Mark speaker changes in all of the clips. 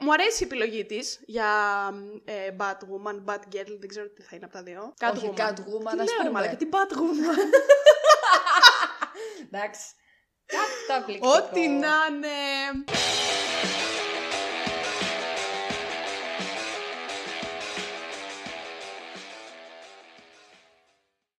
Speaker 1: μου αρέσει η επιλογή της για ε, Batwoman, Batgirl, δεν ξέρω τι θα είναι από τα δύο.
Speaker 2: Όχι, Catwoman,
Speaker 1: Τι
Speaker 2: ας
Speaker 1: λέω, ρε
Speaker 2: πούμε.
Speaker 1: μαλάκα, την Batwoman.
Speaker 2: Εντάξει. Καταπληκτικό.
Speaker 1: Ό,τι να είναι.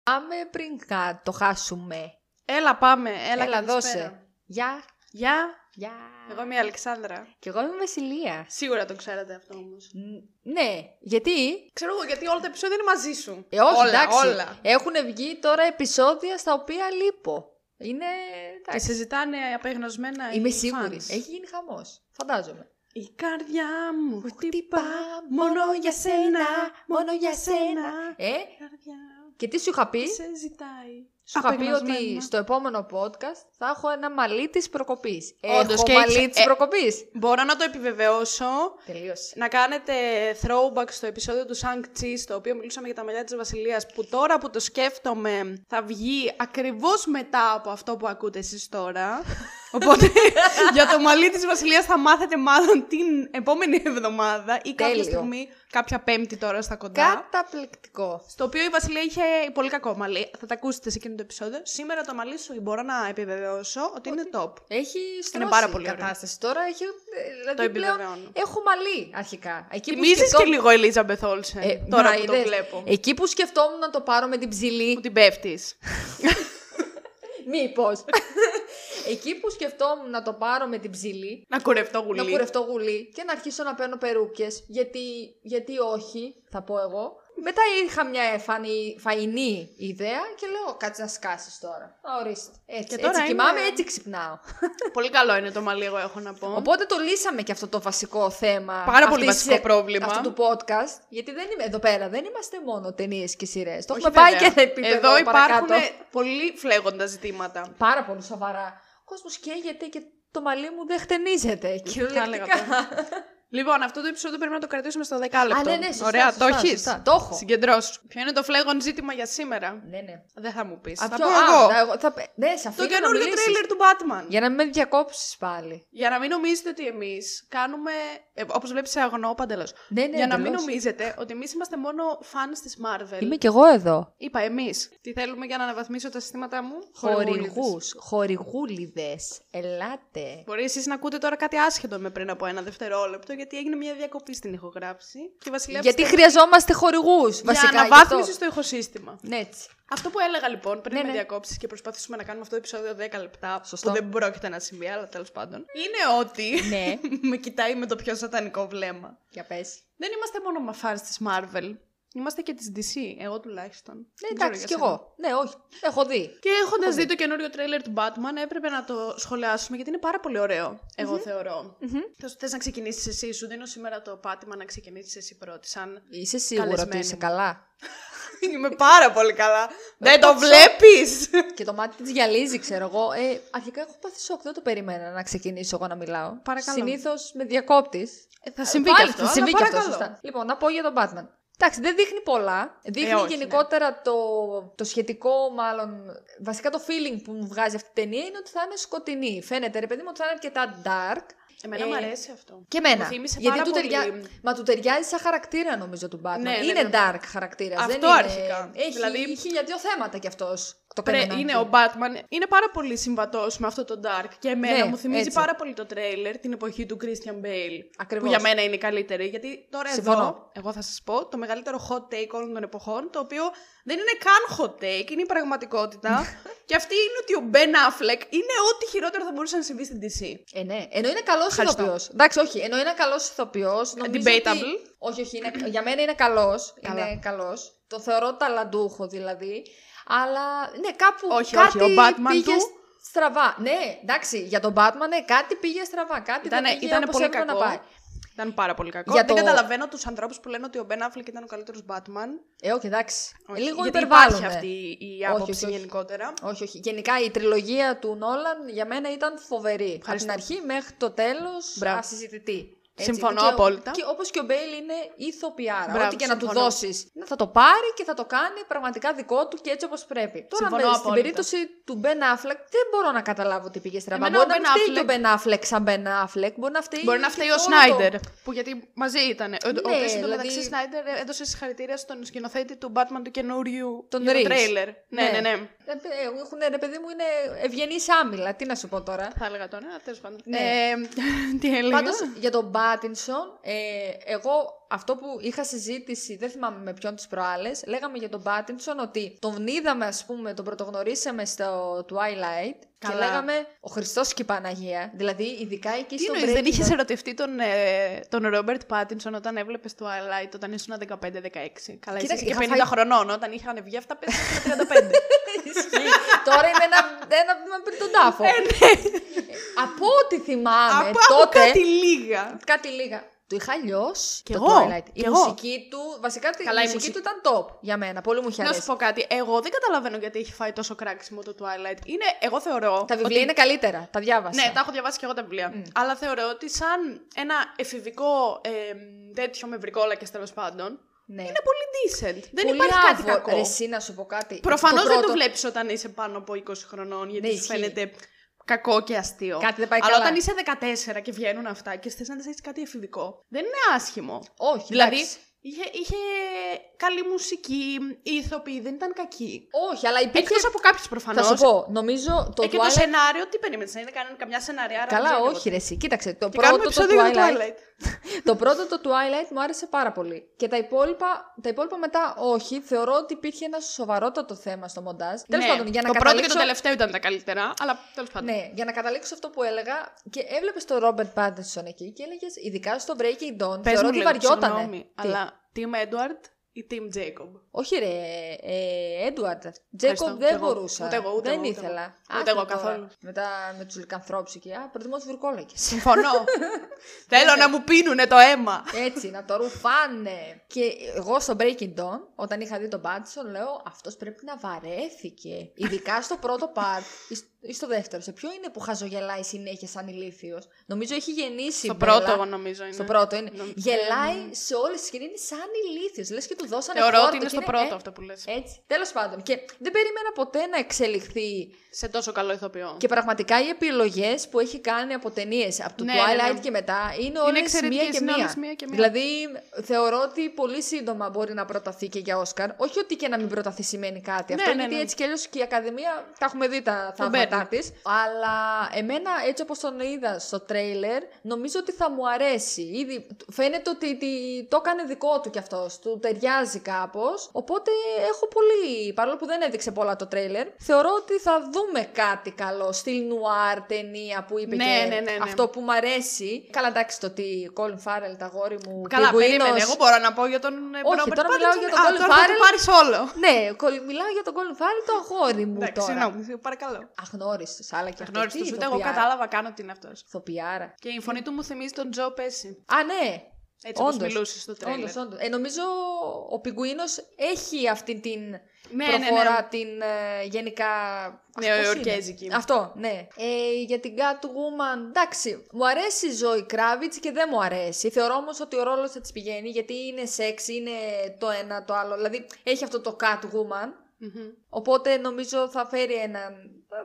Speaker 2: Πάμε πριν κα- το χάσουμε.
Speaker 1: Έλα, πάμε. Έλα,
Speaker 2: Έλα,
Speaker 1: καλησπέρα.
Speaker 2: δώσε. Γεια.
Speaker 1: Γεια.
Speaker 2: Γεια.
Speaker 1: Εγώ είμαι η Αλεξάνδρα.
Speaker 2: Και εγώ είμαι η Βασιλεία.
Speaker 1: Σίγουρα το ξέρατε αυτό όμως.
Speaker 2: Ν- Ναι, γιατί
Speaker 1: Ξέρω εγώ γιατί όλα τα επεισόδια είναι μαζί σου.
Speaker 2: Ε, όχι,
Speaker 1: όλα,
Speaker 2: εντάξει.
Speaker 1: Όλα.
Speaker 2: Έχουν βγει τώρα επεισόδια στα οποία λείπω. Είναι.
Speaker 1: Και
Speaker 2: Εντάξει.
Speaker 1: συζητάνε απεγνωσμένα.
Speaker 2: Είμαι
Speaker 1: οι
Speaker 2: σίγουρη. Ε,
Speaker 1: fans.
Speaker 2: Έχει γίνει χαμός. Φαντάζομαι.
Speaker 1: Η καρδιά μου χτυπά
Speaker 2: μόνο για
Speaker 1: σένα, μόνο για σένα.
Speaker 2: Ε,
Speaker 1: Η καρδιά μου
Speaker 2: και τι σου είχα πει.
Speaker 1: σε ζητάει.
Speaker 2: Ε? Σου είχα πει ότι
Speaker 1: Απεγνωσμένα.
Speaker 2: στο επόμενο podcast θα έχω ένα μαλλί της προκοπής.
Speaker 1: Όντως,
Speaker 2: Έχω
Speaker 1: και
Speaker 2: μαλλί
Speaker 1: έχεις-
Speaker 2: της
Speaker 1: ε.
Speaker 2: προκοπής.
Speaker 1: Μπορώ να το επιβεβαιώσω.
Speaker 2: Τελείωσε.
Speaker 1: Να κάνετε throwback στο επεισόδιο του Shang Chi, στο οποίο μιλούσαμε για τα μαλλιά της Βασιλείας, που τώρα που το σκέφτομαι θα βγει ακριβώς μετά από αυτό που ακούτε εσείς τώρα. Οπότε για το μαλλί της Βασιλείας θα μάθετε μάλλον την επόμενη εβδομάδα ή κάποια
Speaker 2: Τέλειο.
Speaker 1: στιγμή, κάποια πέμπτη τώρα στα κοντά.
Speaker 2: Καταπληκτικό.
Speaker 1: Στο οποίο η Βασιλεία είχε πολύ κακό μαλλί. Θα τα ακούσετε σε εκείνο το επεισόδιο. Σήμερα το μαλλί σου μπορώ να επιβεβαιώσω ότι είναι top.
Speaker 2: Έχει στρώσει
Speaker 1: πάρα
Speaker 2: η
Speaker 1: πολύ ωραίο.
Speaker 2: κατάσταση τώρα. Έχει, ε, δηλαδή
Speaker 1: επιβεβαιώνω.
Speaker 2: πλέον έχω μαλλί αρχικά. Εκεί που
Speaker 1: Θυμίζεις και
Speaker 2: σκεφτόμουν-
Speaker 1: λίγο Ελίζα Μπεθόλσεν,
Speaker 2: Ε,
Speaker 1: τώρα
Speaker 2: μα
Speaker 1: που το
Speaker 2: είδες,
Speaker 1: βλέπω.
Speaker 2: Εκεί που σκεφτόμουν να το πάρω με την
Speaker 1: Που
Speaker 2: ψηλή.
Speaker 1: την πέφτεις.
Speaker 2: Μήπως. εκεί που σκεφτόμουν να το πάρω με την ψηλή.
Speaker 1: Να κουρευτώ γουλί.
Speaker 2: Να κουρευτώ γουλί και να αρχίσω να παίρνω περούκες γιατί, γιατί όχι, θα πω εγώ. Μετά είχα μια φανη, φαϊνή ιδέα και λέω κάτσε να σκάσεις τώρα. Α, Ορίστε. Έτσι,
Speaker 1: Και τώρα
Speaker 2: έτσι κοιμάμαι,
Speaker 1: είναι-
Speaker 2: έτσι ξυπνάω.
Speaker 1: πολύ καλό είναι το μαλλί, εγώ έχω να πω.
Speaker 2: Οπότε το λύσαμε και αυτό το βασικό θέμα.
Speaker 1: Πάρα πολύ
Speaker 2: αυτής- ε,
Speaker 1: βασικό πρόβλημα.
Speaker 2: Αυτού του podcast. Γιατί δεν είμαι, εδώ πέρα δεν είμαστε μόνο ταινίες και σειρές. Το
Speaker 1: Όχι,
Speaker 2: έχουμε πάει
Speaker 1: βέβαια.
Speaker 2: και ένα επίπεδο
Speaker 1: Εδώ υπάρχουν
Speaker 2: παρακάτω.
Speaker 1: πολύ φλέγοντα ζητήματα.
Speaker 2: Πάρα πολύ σοβαρά. Ο κόσμος καίγεται και το μαλλί μου δεν χτενίζεται. Κυριολεκτικά.
Speaker 1: Λοιπόν, αυτό το επεισόδιο πρέπει να το κρατήσουμε στο δεκάλεπτο.
Speaker 2: Α, ναι, ναι, σωστά,
Speaker 1: Ωραία,
Speaker 2: σωστά,
Speaker 1: το έχεις.
Speaker 2: σωστά. Το έχω.
Speaker 1: Συγκεντρώσου. Ποιο είναι το φλέγον ζήτημα για σήμερα.
Speaker 2: ναι, ναι.
Speaker 1: Δεν θα μου πεις.
Speaker 2: Α,
Speaker 1: Θα
Speaker 2: ποιο-
Speaker 1: πω
Speaker 2: α,
Speaker 1: εγώ.
Speaker 2: να- εγώ θα, πε- ναι, σε
Speaker 1: Το
Speaker 2: αφήνω να
Speaker 1: καινούργιο
Speaker 2: μιλήσεις.
Speaker 1: τρέιλερ του Batman. Για...
Speaker 2: Για να μην με διακόψεις πάλι.
Speaker 1: να μην νομίζετε ότι εμείς κάνουμε. Ε, Όπως βλέπεις, σε αγνώ παντελώς.
Speaker 2: Ναι, ναι,
Speaker 1: για να μην
Speaker 2: εντελώς.
Speaker 1: νομίζετε ότι εμείς είμαστε μόνο fans της Marvel.
Speaker 2: Είμαι κι εγώ εδώ.
Speaker 1: Είπα εμείς. Τι θέλουμε για να αναβαθμίσω τα συστήματά μου. Χορηγούλιδες.
Speaker 2: Χορηγούς. Χορηγούλιδες. Ελάτε.
Speaker 1: Μπορεί εσείς να ακούτε τώρα κάτι άσχετο με πριν από ένα δευτερόλεπτο, γιατί έγινε μια διακοπή στην ηχογράφηση. Και η Βασιλεία
Speaker 2: Γιατί
Speaker 1: πιστεύει
Speaker 2: χρειαζόμαστε χορηγούς. Βασικά.
Speaker 1: για
Speaker 2: γι' αυτό.
Speaker 1: αναβάθμιση στο ηχοσύστημα.
Speaker 2: Ναι, έτσι.
Speaker 1: Αυτό που έλεγα λοιπόν πριν
Speaker 2: Ναι,
Speaker 1: με
Speaker 2: ναι.
Speaker 1: διακόψεις και προσπαθήσουμε να κάνουμε αυτό το επεισόδιο 10 λεπτά,
Speaker 2: Σωστό.
Speaker 1: που δεν πρόκειται να συμβεί, αλλά τέλος πάντων, είναι ότι
Speaker 2: Ναι.
Speaker 1: με κοιτάει με το πιο σατανικό βλέμμα.
Speaker 2: Για πες.
Speaker 1: Δεν είμαστε μόνο μαφάρ της Marvel. Είμαστε και της DC, εγώ τουλάχιστον.
Speaker 2: Ναι,
Speaker 1: Δεν ξέρω
Speaker 2: εντάξει,
Speaker 1: για
Speaker 2: κι
Speaker 1: σένα.
Speaker 2: εγώ. Ναι, όχι. Έχω δει.
Speaker 1: Και έχοντας δει το καινούριο τρέλερ του Batman, έπρεπε να το σχολιάσουμε γιατί είναι πάρα πολύ ωραίο, εγώ θεωρώ. Θες να ξεκινήσεις εσύ, σου δίνω σήμερα το πάτημα να ξεκινήσεις εσύ πρώτη. Σαν.
Speaker 2: Είσαι σίγουρα ότι
Speaker 1: Καλεσμένη
Speaker 2: είσαι
Speaker 1: μου.
Speaker 2: καλά.
Speaker 1: Είμαι πάρα πολύ καλά. Δεν το
Speaker 2: το
Speaker 1: βλέπεις!
Speaker 2: Και το μάτι της γυαλίζει, ξέρω εγώ. Ε, αρχικά έχω πάθει σοκ. Δεν το περίμενα να ξεκινήσω εγώ να μιλάω.
Speaker 1: Παρακαλώ.
Speaker 2: Συνήθως με διακόπτη.
Speaker 1: θα συμβεί
Speaker 2: Πάλι
Speaker 1: και αυτό.
Speaker 2: Ε, Θα
Speaker 1: αλλά
Speaker 2: συμβεί και αυτό.
Speaker 1: παρακαλώ.
Speaker 2: Σωστά. Λοιπόν, να πω για τον Batman. Εντάξει, δεν δείχνει πολλά. Δείχνει
Speaker 1: όχι, ναι.
Speaker 2: γενικότερα το, το σχετικό, μάλλον. Βασικά το feeling που μου βγάζει αυτή η ταινία είναι ότι θα είναι σκοτεινή. Φαίνεται, ρε παιδί μου, ότι θα είναι αρκετά dark.
Speaker 1: Εμένα
Speaker 2: Ε,
Speaker 1: μου αρέσει αυτό.
Speaker 2: Και εμένα.
Speaker 1: Μου θύμισε
Speaker 2: Γιατί
Speaker 1: πάρα
Speaker 2: του
Speaker 1: πολύ.
Speaker 2: ταιριά... Μα του ταιριάζει σαν χαρακτήρα νομίζω του Batman.
Speaker 1: Ναι, ναι,
Speaker 2: είναι
Speaker 1: ναι.
Speaker 2: dark χαρακτήρας.
Speaker 1: Αυτό
Speaker 2: δεν είναι...
Speaker 1: αρχικά.
Speaker 2: Έχει
Speaker 1: Δηλαδή-
Speaker 2: χίλια δυο θέματα κι αυτός. Το
Speaker 1: Πρέ-
Speaker 2: κανονάκι.
Speaker 1: είναι ο Batman. Είναι πάρα πολύ συμβατός με αυτό το Dark και εμένα
Speaker 2: Ναι,
Speaker 1: μου θυμίζει
Speaker 2: έτσι.
Speaker 1: πάρα πολύ το τρέιλερ την εποχή του Christian Bale.
Speaker 2: Ακριβώς.
Speaker 1: Που για μένα είναι η καλύτερη. Γιατί τώρα εδώ,
Speaker 2: Συμφωνώ.
Speaker 1: εγώ θα σας πω το μεγαλύτερο hot take όλων των εποχών, το οποίο δεν είναι καν hot take, είναι η πραγματικότητα. και αυτή είναι ότι ο Ben Affleck είναι ό,τι χειρότερο θα μπορούσε να συμβεί στην DC.
Speaker 2: Ε, ναι. Ενώ είναι καλό
Speaker 1: Ευχαριστώ. Ε,
Speaker 2: ηθοποιός. Εντάξει, όχι. Ενώ είναι καλός ηθοποιός.
Speaker 1: Debatable.
Speaker 2: Ότι... Όχι, όχι. Είναι... για μένα είναι καλός.
Speaker 1: Καλά.
Speaker 2: Είναι καλός. Το θεωρώ ταλαντούχο δηλαδή. Αλλά ναι, κάπου.
Speaker 1: Όχι,
Speaker 2: κάτι
Speaker 1: όχι, ο Batman
Speaker 2: πήγε
Speaker 1: του-
Speaker 2: σ- Στραβά. Ναι, εντάξει, για τον Batman ναι, κάτι πήγε στραβά. Κάτι
Speaker 1: Ήτανε,
Speaker 2: δεν πήγε
Speaker 1: ήταν
Speaker 2: όπως
Speaker 1: πολύ
Speaker 2: έπρεπε
Speaker 1: κακό.
Speaker 2: να πάει.
Speaker 1: Ήταν πάρα πολύ κακό.
Speaker 2: Για
Speaker 1: δεν
Speaker 2: το-
Speaker 1: καταλαβαίνω τους ανθρώπους που λένε ότι ο Ben Affleck ήταν ο καλύτερος Batman.
Speaker 2: Ε, όχι, εντάξει.
Speaker 1: Όχι,
Speaker 2: Λίγο
Speaker 1: γιατί
Speaker 2: υπερβάλλουμε.
Speaker 1: υπάρχει αυτή η
Speaker 2: Όχι,
Speaker 1: άποψη
Speaker 2: όχι, όχι.
Speaker 1: γενικότερα.
Speaker 2: Όχι, όχι. Γενικά η τριλογία του Νόλαν για μένα ήταν φοβερή. Από
Speaker 1: Ευχαριστώ.
Speaker 2: την αρχή μέχρι το τέλος
Speaker 1: Μπράβο.
Speaker 2: ασυζητητή. Έτσι,
Speaker 1: Συμφωνώ
Speaker 2: και ο-
Speaker 1: απόλυτα.
Speaker 2: Και όπως και ο Μπέιλ είναι ηθοποιάρα.
Speaker 1: Μπράβο,
Speaker 2: ό,τι και να του
Speaker 1: συμφωνώ.
Speaker 2: δώσεις, θα το πάρει και θα το κάνει πραγματικά δικό του και έτσι όπως πρέπει. Τώρα,
Speaker 1: Συμφωνώ
Speaker 2: με- στην
Speaker 1: απόλυτα.
Speaker 2: περίπτωση του Μπεν Αφλεκ, δεν μπορώ να καταλάβω τι πήγε στραβά.
Speaker 1: Εμένα ο
Speaker 2: Μπορεί να μην
Speaker 1: Ben
Speaker 2: φταίει
Speaker 1: Affleck-
Speaker 2: και ο Μπεν Αφλεκ σαν Μπεν Αφλεκ. Μπορεί να φταίει.
Speaker 1: Μπορεί να φταίει
Speaker 2: και
Speaker 1: ο
Speaker 2: όλο
Speaker 1: Σνάιντερ.
Speaker 2: το-
Speaker 1: Που γιατί μαζί ήταν. Ο, ο οποίο
Speaker 2: Ναι,
Speaker 1: εντωμεταξύ
Speaker 2: δηλαδή-
Speaker 1: Σνάιντερ ε, έδωσε συγχαρητήρια στον σκηνοθέτη του Batman του καινούριου.
Speaker 2: Τον
Speaker 1: για το
Speaker 2: Reeves.
Speaker 1: τρέιλερ. Ναι, ναι, ναι.
Speaker 2: Ε, ε, Έχουν, ρε παιδί μου, είναι ευγενεί άμυλα. Τι να σου πω τώρα.
Speaker 1: Θα έλεγα τον ένα, τέλος πάντων.
Speaker 2: Ναι.
Speaker 1: Ε, τι έλεγα.
Speaker 2: Πάντως για τον Πάτινσον, ε, εγώ αυτό που είχα συζήτηση, δεν θυμάμαι με ποιον τις προάλλες, λέγαμε για τον Πάτινσον ότι τον είδαμε, ας πούμε, τον πρωτογνωρίσαμε στο Twilight και
Speaker 1: Καλά.
Speaker 2: λέγαμε Ο Χριστός και η Παναγία. Δηλαδή, ειδικά εκεί
Speaker 1: τι
Speaker 2: στο
Speaker 1: εννοείς, δεν
Speaker 2: Breaking
Speaker 1: είχες
Speaker 2: Bad.
Speaker 1: ερωτευτεί τον, ε, τον Ρόμπερτ Πάτινσον όταν έβλεπες το Twilight όταν ήσουν 15-16. Καλά,
Speaker 2: Κοίταξε,
Speaker 1: είσαι και
Speaker 2: είχα
Speaker 1: 50
Speaker 2: φάει-
Speaker 1: χρονών. Όταν είχαν βγει αυτά, πέσανε 35.
Speaker 2: Ισχύει. Τώρα είναι ένα, ένα βήμα πριν τον τάφο. Από ό,τι θυμάμαι
Speaker 1: Ε, ναι. Από
Speaker 2: τότε.
Speaker 1: τότε... κάτι λίγα.
Speaker 2: κάτι λίγα. Το είχα αλλιώς.
Speaker 1: Κι
Speaker 2: το
Speaker 1: εγώ,
Speaker 2: Twilight.
Speaker 1: κι
Speaker 2: Η
Speaker 1: εγώ.
Speaker 2: μουσική του, βασικά
Speaker 1: Καλά, η
Speaker 2: η μουσική,
Speaker 1: μουσική-
Speaker 2: του ήταν top για μένα. Πολύ μου είχε
Speaker 1: Να σου
Speaker 2: αρέσει.
Speaker 1: πω κάτι. Εγώ δεν καταλαβαίνω γιατί έχει φάει τόσο κράξιμο το Twilight. Είναι, εγώ θεωρώ.
Speaker 2: Τα βιβλία
Speaker 1: ότι-
Speaker 2: είναι καλύτερα. Τα διάβασα.
Speaker 1: Ναι, τα έχω διαβάσει και εγώ τα βιβλία.
Speaker 2: Mm.
Speaker 1: Αλλά θεωρώ ότι σαν ένα εφηβικό ε, τέτοιο με βρικόλακε τέλος πάντων.
Speaker 2: Ναι.
Speaker 1: Είναι πολύ decent. Δεν
Speaker 2: Πολύ
Speaker 1: υπάρχει κάτι
Speaker 2: άβολο.
Speaker 1: κακό.
Speaker 2: Ρε, εσύ να σου πω κάτι.
Speaker 1: Προφανώς δεν το
Speaker 2: πρώτο-
Speaker 1: βλέπεις όταν είσαι πάνω από 20 χρονών, γιατί
Speaker 2: Ναι,
Speaker 1: σου
Speaker 2: ισχύει.
Speaker 1: φαίνεται κακό και αστείο.
Speaker 2: Κάτι δεν πάει
Speaker 1: Αλλά
Speaker 2: καλά.
Speaker 1: όταν είσαι 14 και βγαίνουν αυτά και θες να δει κάτι εφηβικό, δεν είναι άσχημο.
Speaker 2: Όχι,
Speaker 1: Δηλαδή,
Speaker 2: δηλαδή.
Speaker 1: Είχε, είχε καλή μουσική, οι ηθοποιοί δεν ήταν κακοί.
Speaker 2: Όχι, αλλά υπήρχε.
Speaker 1: Εκτός από κάποιους προφανώς.
Speaker 2: Θα σου πω, νομίζω το
Speaker 1: Ε, και το
Speaker 2: Twilight.
Speaker 1: σενάριο, τι περίμενε, να είναι κανένα, καμιά σενάριάρα.
Speaker 2: Καλά,
Speaker 1: δεν ξέρω
Speaker 2: όχι, ρε, εσύ. Κοίταξε. Το
Speaker 1: Και κάνουμε
Speaker 2: πρώτο το
Speaker 1: επεισόδιο για το
Speaker 2: Twilight. Ναι,
Speaker 1: Twilight.
Speaker 2: το πρώτο το Twilight μου άρεσε πάρα πολύ. Και τα υπόλοιπα, τα υπόλοιπα μετά όχι. Θεωρώ ότι υπήρχε ένα σοβαρότατο θέμα στο μοντάζ. Τέλος
Speaker 1: Ναι,
Speaker 2: πάντων, για να
Speaker 1: το πρώτο και το
Speaker 2: καταλήξω.
Speaker 1: τελευταίο ήταν τα καλύτερα, αλλά τέλος πάντων.
Speaker 2: Ναι, για να καταλήξω αυτό που έλεγα, και έβλεπες τον Ρόμπερτ Pattinson εκεί και έλεγες, ειδικά στο Breaking Dawn,
Speaker 1: Πες μου
Speaker 2: θεωρώ ότι
Speaker 1: λίγο,
Speaker 2: βαριότανε.
Speaker 1: συγγνώμη,
Speaker 2: Τι?
Speaker 1: αλλά Team Edward ή Team Jacob.
Speaker 2: Όχι ρε, ε, Έντουαρτ.
Speaker 1: Ευχαριστώ.
Speaker 2: Τζέικομ
Speaker 1: Ούτε
Speaker 2: δεν
Speaker 1: εγώ.
Speaker 2: μπορούσα.
Speaker 1: Ούτε εγώ, ούτε
Speaker 2: δεν
Speaker 1: εγώ, ούτε
Speaker 2: ήθελα.
Speaker 1: εγώ.
Speaker 2: Άστο
Speaker 1: Ούτε εγώ
Speaker 2: τώρα.
Speaker 1: καθόλου.
Speaker 2: Μετά με τους λικανθρώπου εκεί. Α, προτιμώ τους βουρκόλακες.
Speaker 1: Συμφωνώ. Θέλω
Speaker 2: Ναι.
Speaker 1: να μου πίνουνε το αίμα.
Speaker 2: Έτσι, να το ρουφάνε. και εγώ στο Breaking Dawn, όταν είχα δει τον Πάτισον, λέω αυτός πρέπει να βαρέθηκε. Ειδικά στο πρώτο part ή σ- ή στο δεύτερο. Σε ποιο είναι που χαζογελάει συνέχεια σαν ηλίθιος. Νομίζω έχει γεννήσει. η
Speaker 1: Στο
Speaker 2: Μπέλα.
Speaker 1: πρώτο, εγώ νομίζω είναι.
Speaker 2: Στο πρώτο είναι.
Speaker 1: Νομ-
Speaker 2: Γελάει σε όλες τις σκηνές σαν ηλίθιος. Λες και του δώσανε
Speaker 1: Θεωρώ
Speaker 2: χόρτο
Speaker 1: ότι είναι
Speaker 2: και
Speaker 1: στο
Speaker 2: ε,
Speaker 1: πρώτο αυτό που λες.
Speaker 2: έτσι. Τέλος πάντων. Και δεν περίμενα ποτέ να εξελιχθεί.
Speaker 1: Σε τόσο καλό ηθοποιό.
Speaker 2: Και πραγματικά οι επιλογές που έχει κάνει από ταινίες, από το
Speaker 1: Ναι, ναι,
Speaker 2: Twilight
Speaker 1: ναι.
Speaker 2: και μετά, είναι όλε
Speaker 1: εξαιρετικές,
Speaker 2: μία και
Speaker 1: είναι
Speaker 2: μία.
Speaker 1: όλες μία και μία.
Speaker 2: Δηλαδή, θεωρώ ότι πολύ σύντομα μπορεί να προταθεί και για Όσκαρ. Όχι ότι και να μην προταθεί σημαίνει κάτι.
Speaker 1: Ναι,
Speaker 2: Αυτό
Speaker 1: ναι,
Speaker 2: γιατί
Speaker 1: ναι.
Speaker 2: έτσι κι αλλιώς και η Ακαδημία τα έχουμε δει τα θαύματά της. Αλλά εμένα, έτσι όπως τον είδα στο τρέιλερ, νομίζω ότι θα μου αρέσει. Ήδη φαίνεται ότι τι- το έκανε δικό του κι αυτός. Του ταιριάζει κάπως. Οπότε έχω πολύ. Παρόλο που δεν έδειξε πολλά το τρέιλερ, θεωρώ ότι θα δούμε κάτι καλό. Στυλ νουάρ ταινία που είπε
Speaker 1: Ναι,
Speaker 2: και
Speaker 1: ναι, ναι, ναι.
Speaker 2: αυτό που μου αρέσει. Καλά, εντάξει, το ότι Colin Farrell, τα γόρι μου.
Speaker 1: Καλά,
Speaker 2: πιγκουίνος.
Speaker 1: περίμενε. Εγώ μπορώ να πω για τον ε,
Speaker 2: Όχι,
Speaker 1: Robert
Speaker 2: τώρα μιλάω
Speaker 1: Pattinson.
Speaker 2: για τον
Speaker 1: Α,
Speaker 2: Colin
Speaker 1: τώρα θα το
Speaker 2: Farrell.
Speaker 1: πάρεις όλο.
Speaker 2: Ναι, κολ- μιλάω για τον Colin Farrell, το αγόρι μου
Speaker 1: Εντάξει,
Speaker 2: τώρα.
Speaker 1: συγγνώμη, παρακαλώ.
Speaker 2: Αγνώριστο, αλλά και αυτός.
Speaker 1: Γνώρισες
Speaker 2: τι
Speaker 1: ούτε εγώ
Speaker 2: ηθοποιάρα.
Speaker 1: κατάλαβα καν ότι είναι αυτός.
Speaker 2: Ηθοποιάρα.
Speaker 1: Και η φωνή του μου θυμίζει τον Τζο Πέση.
Speaker 2: Α, ναι.
Speaker 1: Έτσι όπως
Speaker 2: Όντως.
Speaker 1: μιλούσε στο τρέλερ.
Speaker 2: Όντως, όντως. Ε, νομίζω ο πιγκουίνος έχει αυτή την
Speaker 1: Ναι, ναι, ναι.
Speaker 2: προφορά, την ε, γενικά... αχ, πώς
Speaker 1: Νεοϊορκέζικη.
Speaker 2: είναι. Αυτό, ναι. Ε, για την Catwoman, εντάξει, μου αρέσει η Ζωή Κράβιτς και δεν μου αρέσει. Θεωρώ όμως ότι ο ρόλος θα της πηγαίνει, γιατί είναι σεξ, είναι το ένα, το άλλο. Δηλαδή, έχει αυτό το Catwoman,
Speaker 1: Μμμ.
Speaker 2: Οπότε νομίζω θα φέρει έναν.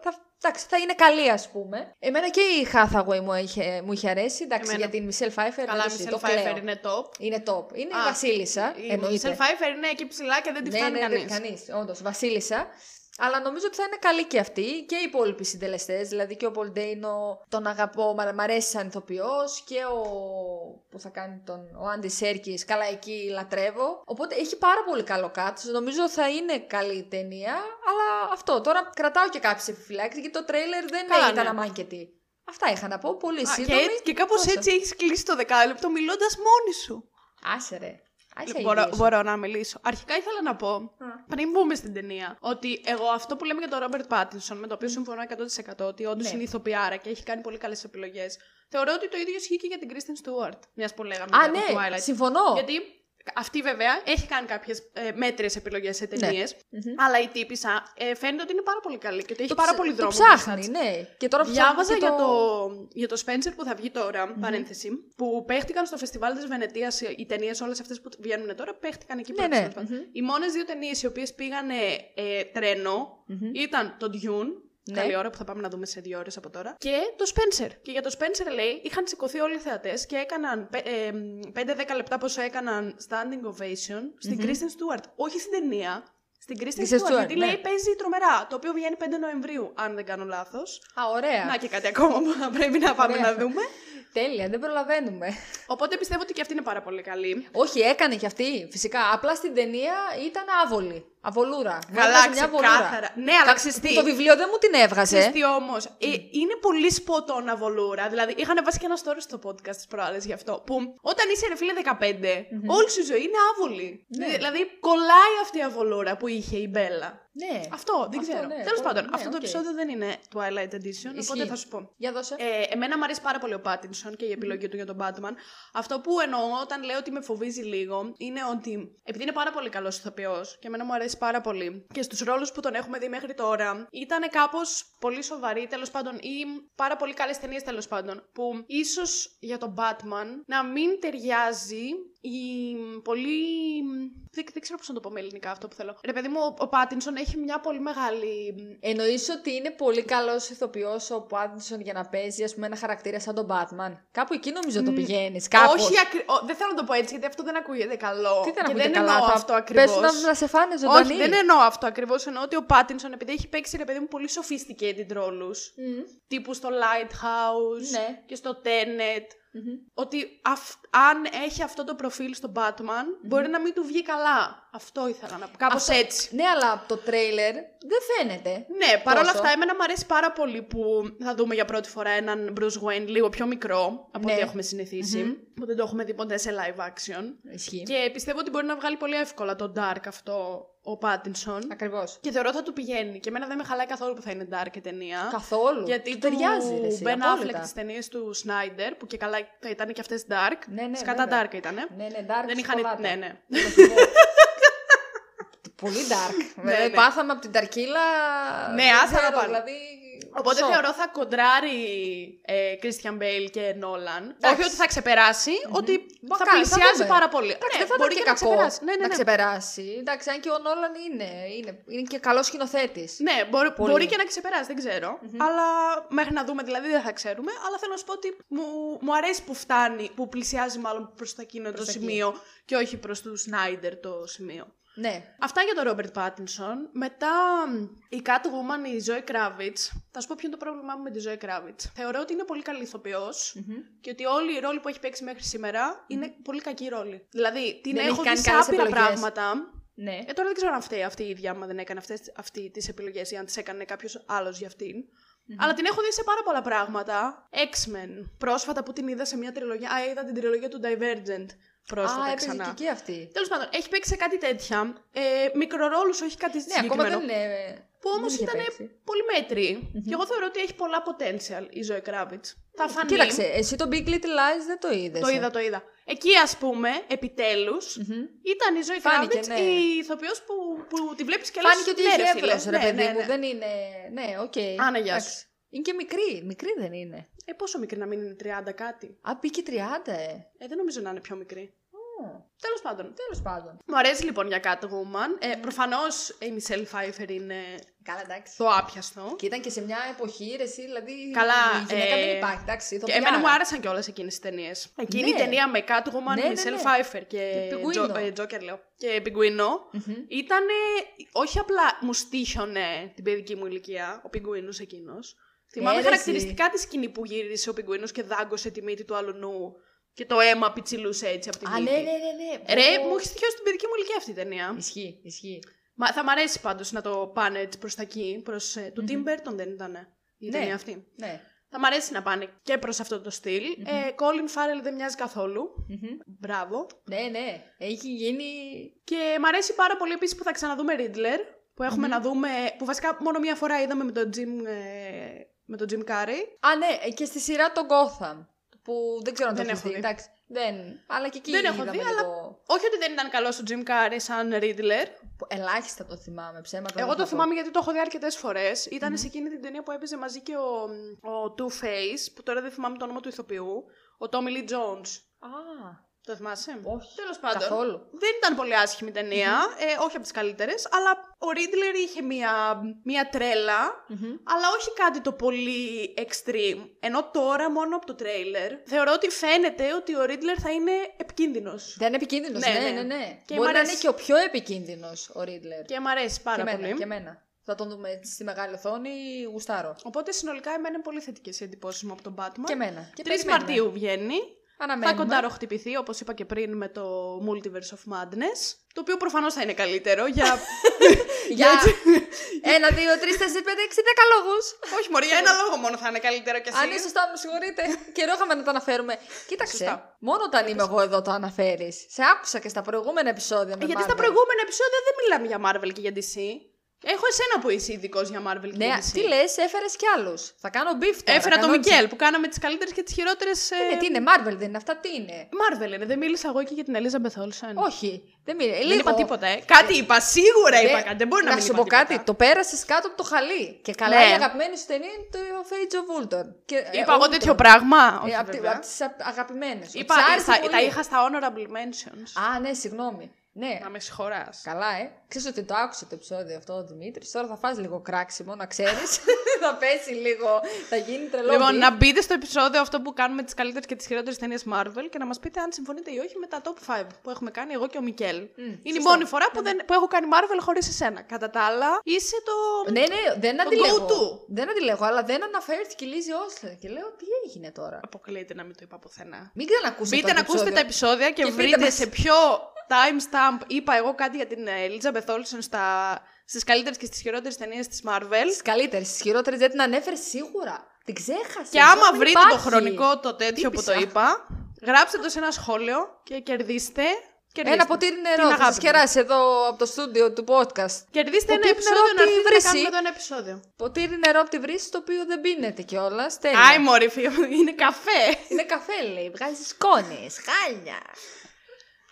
Speaker 2: Θα, εντάξει, θα είναι καλή, ας πούμε. Εμένα και η Hathaway μου είχε, μου είχε αρέσει. Εντάξει,
Speaker 1: Εμένα.
Speaker 2: για την Μισελ Φάιφερ.
Speaker 1: Καλά,
Speaker 2: δεν
Speaker 1: η
Speaker 2: το συζητώ,
Speaker 1: Μισελ
Speaker 2: το
Speaker 1: Φάιφερ
Speaker 2: κλαίω.
Speaker 1: είναι top.
Speaker 2: Είναι top. Είναι
Speaker 1: Α,
Speaker 2: η Βασίλισσα.
Speaker 1: Η
Speaker 2: εννοείται.
Speaker 1: Μισελ Φάιφερ είναι εκεί ψηλά και δεν τη
Speaker 2: ναι,
Speaker 1: φτάνει
Speaker 2: ναι,
Speaker 1: κανείς.
Speaker 2: κανείς. Όντως, Βασίλισσα. Αλλά νομίζω ότι θα είναι καλή και αυτή και οι υπόλοιποι συντελεστές. Δηλαδή και ο Πολντέινο τον αγαπώ, μ' μ' αρέσει σαν ηθοποιός. Και ο. που θα κάνει τον. ο Άντι Σέρκης, καλά εκεί λατρεύω. Οπότε έχει πάρα πολύ καλό κάτω. Νομίζω θα είναι καλή η ταινία. Αλλά αυτό. Τώρα κρατάω και κάποιες επιφυλάξεις γιατί το τρέιλερ δεν
Speaker 1: Καλά,
Speaker 2: ήταν
Speaker 1: ναι.
Speaker 2: αμάκετη. Αυτά είχα να πω. Πολύ
Speaker 1: Α, και,
Speaker 2: σύντομη.
Speaker 1: έτσι- και κάπως
Speaker 2: Πόσο?
Speaker 1: έτσι έχεις κλείσει το δεκάλεπτο μιλώντας μόνη σου.
Speaker 2: Άσε ρε. Άσε
Speaker 1: Λοιπόν, μπορώ,
Speaker 2: αγγελίες.
Speaker 1: μπορώ να μιλήσω. Αρχικά ήθελα να πω,
Speaker 2: Α.
Speaker 1: πριν μπούμε στην ταινία, ότι εγώ αυτό που λέμε για τον Ρόμπερτ Πάτινσον, με το οποίο συμφωνώ 100% ότι όντω
Speaker 2: Ναι.
Speaker 1: είναι ηθοποιάρα και έχει κάνει πολύ καλές επιλογές, θεωρώ ότι το ίδιο ισχύει και για την Κρίστιν Στουαρτ. Μιας που λέγαμε
Speaker 2: Α,
Speaker 1: για το
Speaker 2: ναι,
Speaker 1: Twilight.
Speaker 2: συμφωνώ.
Speaker 1: Γιατί Αυτή βέβαια έχει κάνει κάποιες ε, μέτρες επιλογές σε
Speaker 2: Ναι.
Speaker 1: ταινίες.
Speaker 2: Μμμ.
Speaker 1: Αλλά η τύπησα ε, φαίνεται ότι είναι πάρα πολύ καλή και ότι έχει
Speaker 2: Το
Speaker 1: πάρα
Speaker 2: ψε-
Speaker 1: πολύ δρόμο.
Speaker 2: Το
Speaker 1: μπροστά
Speaker 2: ψάχνει,
Speaker 1: της.
Speaker 2: ναι. Και τώρα ψάχνει
Speaker 1: Διάβαζα
Speaker 2: και
Speaker 1: για, το, για το Spencer που θα βγει τώρα, παρένθεση, που παίχτηκαν στο φεστιβάλ της Βενετίας οι ταινίες, όλες αυτές που βγαίνουν τώρα, παίχτηκαν εκεί
Speaker 2: Ναι,
Speaker 1: πρώτες,
Speaker 2: ναι.
Speaker 1: τέλος πάντων.
Speaker 2: Μμμ.
Speaker 1: Οι μόνες δύο ταινίες οι οποίες πήγανε ε, τρένο ήταν το Dune.
Speaker 2: Ναι.
Speaker 1: Καλή ώρα που θα πάμε να δούμε σε δύο ώρες από τώρα. Και το Spencer. Και για το Spencer λέει, είχαν σηκωθεί όλοι οι θεατές και έκαναν πε- ε, μ, 5-10 λεπτά πόσο έκαναν standing ovation στην Kristen Stewart. Όχι στην ταινία. Στην Kristen
Speaker 2: Kristen
Speaker 1: Stewart.
Speaker 2: Stewart,
Speaker 1: γιατί
Speaker 2: ναι.
Speaker 1: λέει παίζει τρομερά. Το οποίο βγαίνει 5 Νοεμβρίου, αν δεν κάνω λάθος.
Speaker 2: Α, ωραία.
Speaker 1: Να και κάτι ακόμα που θα πρέπει να πάμε
Speaker 2: Ωραία.
Speaker 1: να δούμε.
Speaker 2: Τέλεια, δεν προλαβαίνουμε.
Speaker 1: Οπότε πιστεύω ότι και αυτή είναι πάρα πολύ καλή.
Speaker 2: Όχι, έκανε κι αυτή, φυσικά. Απλά στην ταινία ήταν άβολη. Αβολούρα. Μου
Speaker 1: Καλά,
Speaker 2: έβγαζε μια αβολούρα.
Speaker 1: ξεκάθαρα. Ναι, αλλά
Speaker 2: Εντάξει,
Speaker 1: ξέρεις τι.
Speaker 2: Το βιβλίο δεν μου την
Speaker 1: Ξέρεις
Speaker 2: έβγαζε.
Speaker 1: τι όμω, είναι πολύ σποτό να βολούρα. Δηλαδή, είχαν βάσει και ένα story στο podcast τη προάλλες γι' αυτό. Που όταν είσαι ρε φίλε 15, όλη σου η ζωή είναι άβολη.
Speaker 2: Ναι.
Speaker 1: Δηλαδή, κολλάει αυτή η αβολούρα που είχε η Μπέλα.
Speaker 2: Ναι.
Speaker 1: Αυτό δεν
Speaker 2: Αυτό,
Speaker 1: ξέρω.
Speaker 2: ναι,
Speaker 1: Τέλος
Speaker 2: πολύ-
Speaker 1: πάντων,
Speaker 2: ναι,
Speaker 1: αυτό το
Speaker 2: οκ.
Speaker 1: επεισόδιο δεν είναι Twilight Edition, οπότε
Speaker 2: Ισχύει.
Speaker 1: θα σου πω.
Speaker 2: Για δώσε.
Speaker 1: Ε, εμένα μου αρέσει πάρα πολύ ο Πάτινσον και η επιλογή του για τον Batman. Αυτό που εννοώ όταν λέω ότι με φοβίζει λίγο είναι ότι επειδή είναι πάρα πολύ καλός ηθοποιός και εμένα μου αρέσει πάρα πολύ και στους ρόλους που τον έχουμε δει μέχρι τώρα ήταν κάπως πολύ σοβαρή τέλος πάντων ή πάρα πολύ καλές ταινίες τέλος πάντων που ίσως για τον Batman να μην ταιριάζει η πολύ. Δεν, δεν ξέρω πώς να το πω με ελληνικά αυτό που θέλω. Ρε παιδί μου, ο, ο Πάτινσον έχει μια πολύ μεγάλη.
Speaker 2: Εννοείς ότι είναι πολύ καλός ηθοποιός ο Πάτινσον για να παίζει ας πούμε, ένα χαρακτήρα σαν τον Batman. Κάπου εκεί νομίζω το πηγαίνει. Κάπως.
Speaker 1: Όχι, ακρι... ο, δεν θέλω να το πω έτσι, γιατί αυτό δεν ακούγεται καλό.
Speaker 2: Τι δεν
Speaker 1: και
Speaker 2: ακούγεται
Speaker 1: δεν
Speaker 2: καλά.
Speaker 1: εννοώ
Speaker 2: θα
Speaker 1: αυτό ακριβώ.
Speaker 2: πες να, να σε φάνε ζωντανή.
Speaker 1: Όχι, δεν εννοώ αυτό ακριβώς. Εννοώ ότι ο Πάτινσον, επειδή έχει παίξει ρε παιδί μου πολύ sophisticated ρόλους,
Speaker 2: Μμμ.
Speaker 1: τύπου στο Lighthouse
Speaker 2: Ναι.
Speaker 1: και στο Tenet,
Speaker 2: Μμμ.
Speaker 1: ότι αυ- αν έχει αυτό το προφίλ στον Batman, μπορεί να μην του βγει καλά. Αυτό ήθελα να πω. Κάπως
Speaker 2: Αυτό-
Speaker 1: έτσι.
Speaker 2: Ναι, αλλά από το τρέιλερ δεν φαίνεται.
Speaker 1: Ναι, παρόλα
Speaker 2: Τόσο.
Speaker 1: αυτά, εμένα μου αρέσει πάρα πολύ που θα δούμε για πρώτη φορά έναν Bruce Wayne λίγο πιο μικρό από
Speaker 2: Ναι.
Speaker 1: ό,τι έχουμε συνηθίσει, που δεν το έχουμε δει ποτέ σε live action.
Speaker 2: Ισχύει.
Speaker 1: Και πιστεύω ότι μπορεί να βγάλει πολύ εύκολα το dark αυτό ο Πάτινσον.
Speaker 2: Ακριβώς.
Speaker 1: Και θεωρώ θα του πηγαίνει. Και εμένα δεν με χαλάει καθόλου που θα είναι dark η ταινία.
Speaker 2: Καθόλου.
Speaker 1: Γιατί
Speaker 2: του ταιριάζει. Ρε, εσύ,
Speaker 1: Ben Affleck
Speaker 2: απόλυτα.
Speaker 1: τις ταινίες του Σνάιντερ, που και καλά θα ήταν και αυτές dark.
Speaker 2: Ναι, ναι,
Speaker 1: Σκατά
Speaker 2: βέβαια.
Speaker 1: dark ήτανε.
Speaker 2: Ναι, ναι, dark.
Speaker 1: δεν είχαν...
Speaker 2: σοκολάτα.
Speaker 1: Ναι, ναι.
Speaker 2: Να σου πω. Πολύ dark.
Speaker 1: Ναι,
Speaker 2: Δηλαδή,
Speaker 1: ναι.
Speaker 2: πάθαμε από την ταρκύλα.
Speaker 1: Ναι,
Speaker 2: δεν
Speaker 1: άσε να
Speaker 2: ξέρω,
Speaker 1: πάνε.
Speaker 2: Δηλαδή...
Speaker 1: Οπότε
Speaker 2: σοκ.
Speaker 1: θεωρώ θα κοντράρει ε, Christian Bale και Nolan.
Speaker 2: Εντάξει.
Speaker 1: Όχι ότι θα ξεπερασει ότι
Speaker 2: Μα
Speaker 1: θα
Speaker 2: καλά,
Speaker 1: πλησιάζει
Speaker 2: δούμε.
Speaker 1: πάρα πολύ.
Speaker 2: Εντάξει,
Speaker 1: ναι,
Speaker 2: δεν θα
Speaker 1: μπορεί
Speaker 2: ήταν
Speaker 1: και
Speaker 2: και κακό
Speaker 1: ξεπεράσει. Ναι, ναι,
Speaker 2: να
Speaker 1: ναι.
Speaker 2: ξεπεράσει. Εντάξει, αν και ο Νόλαν είναι, είναι, είναι και καλός σκηνοθέτης.
Speaker 1: Ναι, μπορεί,
Speaker 2: Πολύ.
Speaker 1: μπορεί και να ξεπεράσει, δεν ξερω Αλλά μέχρι να δούμε δηλαδή δεν θα ξέρουμε. Αλλά θέλω να σου πω ότι μου, μου αρέσει που φτάνει, που πλησιάζει μάλλον προς το εκείνο το
Speaker 2: Προς τα εκεί.
Speaker 1: σημείο και όχι προς του Σνάιντερ το σημείο.
Speaker 2: Ναι.
Speaker 1: Αυτά για τον Ρόμπερτ Πάτινσον. Μετά μ, η Catwoman, η Ζωή Κράβιτ. Θα σου πω ποιο είναι το πρόβλημά μου με τη Ζωή Κράβιτ. Θεωρώ ότι είναι πολύ καλή ηθοποιός και ότι όλοι οι ρόλοι που έχει παίξει μέχρι σήμερα είναι πολύ κακοί ρόλοι. Δηλαδή την
Speaker 2: Δεν
Speaker 1: έχω
Speaker 2: έχει
Speaker 1: δει
Speaker 2: κάνει
Speaker 1: σε
Speaker 2: καλές
Speaker 1: άπειρα
Speaker 2: επιλογές.
Speaker 1: πράγματα.
Speaker 2: ναι.
Speaker 1: Ε, τώρα δεν ξέρω αν φταίει αυτή η ίδια, άμα δεν έκανε αυτές, αυτή τις επιλογές ή αν τις έκανε κάποιος άλλος για αυτην Αλλά την έχω δει σε πάρα πολλά πράγματα. X-Men. Πρόσφατα που την είδα σε μια τριλογία. Α, είδα την τριλογία του Divergent πρόσφατα
Speaker 2: Α, έπαιζε και
Speaker 1: ξανά.
Speaker 2: εκεί αυτή.
Speaker 1: Τέλος πάντων, έχει παίξει σε κάτι τέτοια. Ε, μικρορόλους, όχι κάτι
Speaker 2: Ναι,
Speaker 1: συγκεκριμένο.
Speaker 2: ακόμα δεν είναι.
Speaker 1: Που όμως
Speaker 2: δεν είχε
Speaker 1: ήταν
Speaker 2: παίξει.
Speaker 1: πολύ μέτρη. Και εγώ θεωρώ ότι έχει πολλά potential η Ζωή Κράβιτ. Θα φανεί.
Speaker 2: Κοίταξε, εσύ το Big Little Lies δεν το ε? είδε.
Speaker 1: ναι. Το είδα, το είδα. Εκεί, ας πούμε, επιτέλους, ήταν η Ζωή
Speaker 2: Φάνηκε,
Speaker 1: Κράβιτ,
Speaker 2: ναι.
Speaker 1: η ηθοποιός που, που τη βλέπεις και λες,
Speaker 2: Φάνηκε ότι
Speaker 1: «Ναι,
Speaker 2: είχε
Speaker 1: ρε φίλε,
Speaker 2: εύρος, ρε
Speaker 1: ναι,
Speaker 2: παιδί
Speaker 1: ναι,
Speaker 2: μου.
Speaker 1: ναι».
Speaker 2: Δεν είναι. Ναι, οκ.
Speaker 1: Άνα, γεια
Speaker 2: Εντάξει.
Speaker 1: σου.
Speaker 2: Είναι και μικρή. Μικρή δεν είναι.
Speaker 1: Ε, πόσο μικρή να μην είναι 30 κάτι.
Speaker 2: Α, πήγε 30, ε.
Speaker 1: Ε, δεν νομίζω να είναι πιο μικρή. Τέλος πάντων.
Speaker 2: Τέλος πάντων.
Speaker 1: Μου αρέσει λοιπόν για Catwoman. Ε, Προφανώς η Μισελ Φάιφερ είναι
Speaker 2: Καλά, εντάξει.
Speaker 1: το άπιαστο.
Speaker 2: Και ήταν και σε μια εποχή, ρε, εσύ, δηλαδή.
Speaker 1: Καλά,
Speaker 2: Η γυναίκα
Speaker 1: ε,
Speaker 2: δεν υπάρχει, εντάξει.
Speaker 1: Και
Speaker 2: ηθοποιάρα.
Speaker 1: εμένα μου άρεσαν και όλε εκείνε τι ταινίες. Εκείνη η
Speaker 2: Ναι.
Speaker 1: ταινία με Catwoman,
Speaker 2: Ναι, ναι,
Speaker 1: Μισελ
Speaker 2: ναι.
Speaker 1: Φάιφερ
Speaker 2: Και
Speaker 1: και
Speaker 2: Πιγκουίνο.
Speaker 1: Τζο- ε, Τζόκερ, λέω. Και Πιγκουίνο.
Speaker 2: Μμμ.
Speaker 1: Ήταν. Όχι απλά μου στήχιονε την παιδική μου ηλικία, ο Πιγκουίνο εκείνος. Θυμάμαι
Speaker 2: Έρεση.
Speaker 1: χαρακτηριστικά τη σκηνή που γύρισε ο Πιγκουίνος και δάγκωσε τη μύτη του άλλου νου και το αίμα πιτσιλούσε έτσι από τη
Speaker 2: Α,
Speaker 1: μύτη.
Speaker 2: ναι, ναι, ναι. ναι.
Speaker 1: Ρε,
Speaker 2: Πω, πω.
Speaker 1: μου έχει στοιχειώσει την παιδική μου ηλικία αυτή η ταινία.
Speaker 2: Ισχύει, ισχύει.
Speaker 1: Μα, θα μ' αρέσει πάντως να το πάνε έτσι προς τα εκεί. Προς, ε, του Tim Burton δεν ήταν η
Speaker 2: Ναι.
Speaker 1: ταινία αυτή.
Speaker 2: Ναι.
Speaker 1: Θα μ' αρέσει να πάνε και προς αυτό το στυλ. Ε, Colin Farrell δεν μοιάζει καθόλου.
Speaker 2: Μμμ.
Speaker 1: Μπράβο.
Speaker 2: Ναι, ναι. Έχει γίνει
Speaker 1: Και μ' αρέσει πάρα πολύ επίσης που θα ξαναδούμε Riddler. Που εχουμε να δούμε. που βασικά μόνο μία φορά είδαμε με τον Jim, ε, με τον Jim Carrey.
Speaker 2: Α, ναι, και στη ε, σειρά το Gotham. Που δεν ξέρω αν το
Speaker 1: Δεν
Speaker 2: έχεις
Speaker 1: έχω
Speaker 2: δει.
Speaker 1: δει.
Speaker 2: Εντάξει. Δεν. Αλλά και εκεί
Speaker 1: Δεν έχω
Speaker 2: είδαμε
Speaker 1: δει, αλλά-
Speaker 2: λίγο-
Speaker 1: Όχι ότι δεν ήταν καλός ο Jim Carrey σαν Riddler.
Speaker 2: Ελάχιστα το θυμάμαι ψέματα.
Speaker 1: Εγώ
Speaker 2: δεν
Speaker 1: το
Speaker 2: θα πω.
Speaker 1: θυμάμαι γιατί το έχω δει αρκετές φορές. Ήταν σε εκείνη την ταινία που έπαιζε μαζί και ο, ο Two Face, που τώρα δεν θυμάμαι το όνομα του ηθοποιού. Ο Tommy Lee Jones.
Speaker 2: Α,
Speaker 1: Το θυμάσαι.
Speaker 2: όχι.
Speaker 1: Τέλος πάντων.
Speaker 2: Καθόλου.
Speaker 1: Δεν ήταν πολύ άσχημη ταινία, ε, όχι από τις καλύτερες, αλλά ο Ρίτλερ είχε μία, μία τρέλα,
Speaker 2: Μμμ.
Speaker 1: αλλά όχι κάτι το πολύ extreme. Ενώ τώρα, μόνο από το τρέιλερ, θεωρώ ότι φαίνεται ότι ο Ρίτλερ θα είναι επικίνδυνος.
Speaker 2: Δεν είναι επικίνδυνος.
Speaker 1: Ναι,
Speaker 2: Ναι, ναι,
Speaker 1: ναι.
Speaker 2: ναι.
Speaker 1: Και μ'
Speaker 2: Μπορεί να
Speaker 1: αρέσει.
Speaker 2: είναι και ο πιο επικίνδυνος ο Ρίτλερ.
Speaker 1: Και μ' αρέσει πάρα
Speaker 2: εμένα,
Speaker 1: πολύ.
Speaker 2: και εμένα. Θα τον δούμε στη μεγάλη οθόνη, γουστάρω.
Speaker 1: Οπότε συνολικά εμένα είναι πολύ θετικές οι εντυπώσεις μου από τον Batman.
Speaker 2: Και εμένα. Και
Speaker 1: 3
Speaker 2: περιμένουμε.
Speaker 1: Μαρτίου βγαίνει. Θα
Speaker 2: Αναμένουμε.
Speaker 1: κοντάρο χτυπηθεί, όπως είπα και πριν, με το Multiverse of Madness. Το οποίο προφανώς θα είναι καλύτερο για.
Speaker 2: Για ένα, δύο, τρεις, τέσσερις, πέντε, έξι, δέκα λόγους.
Speaker 1: Όχι, Μωρή, για ένα λόγο μόνο θα είναι καλύτερο κι εσύ.
Speaker 2: Αν είναι σωστά, μου συγχωρείτε. Καιρό είχαμε να το αναφέρουμε. Κοίταξε.
Speaker 1: Σωστά.
Speaker 2: Μόνο όταν είμαι εγώ εδώ το αναφέρεις. Σε άκουσα και στα προηγούμενα επεισόδια. Με
Speaker 1: Ε, Γιατί στα
Speaker 2: Marvel.
Speaker 1: προηγούμενα επεισόδια δεν μιλάμε για Marvel και για DC. Έχω εσένα που είσαι ειδικός για Marvel και για
Speaker 2: Ναι,
Speaker 1: DC.
Speaker 2: τι λες, έφερες κι άλλους. Θα κάνω beef τώρα.
Speaker 1: Έφερα
Speaker 2: κάνω
Speaker 1: τον
Speaker 2: έτσι.
Speaker 1: Μικέλ Ε, που κάναμε τις καλύτερες και τις χειρότερες.
Speaker 2: Ναι, τι είναι, Marvel δεν είναι αυτά, τι είναι.
Speaker 1: Ε, Marvel είναι, δεν μίλησα εγώ και για την Ελίζα Μπεθόλσον.
Speaker 2: Όχι, δεν μιλάει.
Speaker 1: Δεν είπα τίποτα, ε. Κάτι είπα, σίγουρα είπα κάτι. Δεν μπορεί Ε, να,
Speaker 2: να
Speaker 1: μην
Speaker 2: σου
Speaker 1: είπα
Speaker 2: πω κάτι,
Speaker 1: τίποτα.
Speaker 2: το πέρασες κάτω από το χαλί. Και καλά,
Speaker 1: Ναι.
Speaker 2: η αγαπημένη σου ταινία είναι το Fate of Ultron. Και, ε,
Speaker 1: Είπα εγώ
Speaker 2: Ultron.
Speaker 1: τέτοιο πράγμα.
Speaker 2: Ε,
Speaker 1: Όχι,
Speaker 2: απ' τη-
Speaker 1: βέβαια.
Speaker 2: απ' τις α- αγαπημένες σου.
Speaker 1: Είπα,
Speaker 2: Της άρεσε
Speaker 1: τα-
Speaker 2: πολύ.
Speaker 1: τα είχα στα honorable mentions.
Speaker 2: Α, ναι, συγγνώμη. Ναι,
Speaker 1: Να με συγχωράς.
Speaker 2: καλά, ε. Ξέρεις ότι το άκουσε το επεισόδιο αυτό ο Δημήτρης. Τώρα θα φας λίγο κράξιμο, να ξέρεις. θα πέσει λίγο, θα γίνει τρελό.
Speaker 1: Λοιπόν,
Speaker 2: beat.
Speaker 1: να μπείτε στο επεισόδιο αυτό που κάνουμε τις καλύτερες και τις χειρότερες ταινίες Marvel και να μας πείτε αν συμφωνείτε ή όχι με τα top 5 που έχουμε κάνει εγώ και ο Μικέλ. Είναι η
Speaker 2: σωστό.
Speaker 1: μόνη φορά που, δεν, που έχω κάνει Marvel χωρίς εσένα. Κατά τα άλλα, είσαι το.
Speaker 2: Ναι, ναι, δεν
Speaker 1: Το
Speaker 2: αντιλέγω.
Speaker 1: go-to.
Speaker 2: Δεν αντιλέγω, αλλά δεν αναφέρθηκε η Λίζη Όσλερ. Και λέω, τι έγινε τώρα.
Speaker 1: Αποκλείεται να μην το είπα πουθενά.
Speaker 2: Μην ξανακούσετε.
Speaker 1: Μπείτε
Speaker 2: το
Speaker 1: να ακούσετε τα
Speaker 2: επεισόδιο.
Speaker 1: επεισόδια και,
Speaker 2: Και πείτε
Speaker 1: βρείτε
Speaker 2: μας.
Speaker 1: σε ποιο timestamp είπα εγώ κάτι για την Ελίζα Μπεθόλσον στα... στις καλύτερες και στις χειρότερες ταινίες της Marvel.
Speaker 2: Τις καλύτερες, τις χειρότερες δεν την ανέφερε σίγουρα. Την ξέχασες.
Speaker 1: Και άμα
Speaker 2: δεν
Speaker 1: βρείτε το
Speaker 2: υπάρχει.
Speaker 1: χρονικό το τέτοιο που το
Speaker 2: Τύπησα.
Speaker 1: είπα, γράψτε το σε ένα σχόλιο και κερδίστε. κερδίστε.
Speaker 2: Ένα ποτήρι
Speaker 1: Την
Speaker 2: νερό θα
Speaker 1: αγάπη
Speaker 2: σας
Speaker 1: μου.
Speaker 2: κεράσει εδώ από το στούντιο του podcast.
Speaker 1: Κερδίστε ένα
Speaker 2: Ποτήρι νερό
Speaker 1: επεισόδιο να
Speaker 2: από τη
Speaker 1: έρθετε να
Speaker 2: βρύση.
Speaker 1: κάνουμε εδώ ένα επεισόδιο.
Speaker 2: Ποτήρι νερό από τη βρύση το οποίο δεν πίνεται κιόλας. Τέλεια.
Speaker 1: Άι, μωρή, φι- είναι καφέ.
Speaker 2: Είναι καφέ λέει, βγάζεις σκόνες, χάλια.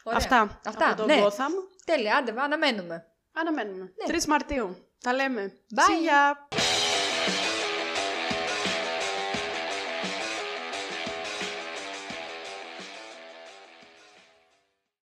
Speaker 2: Ωραία.
Speaker 1: Αυτά.
Speaker 2: Αυτά,
Speaker 1: Από το
Speaker 2: ναι.
Speaker 1: Gotham.
Speaker 2: Τέλεια, άντε, αναμένουμε.
Speaker 1: Αναμένουμε.
Speaker 2: Ναι.
Speaker 1: 3 Μαρτίου. Τα λέμε.
Speaker 2: Bye.
Speaker 1: See ya.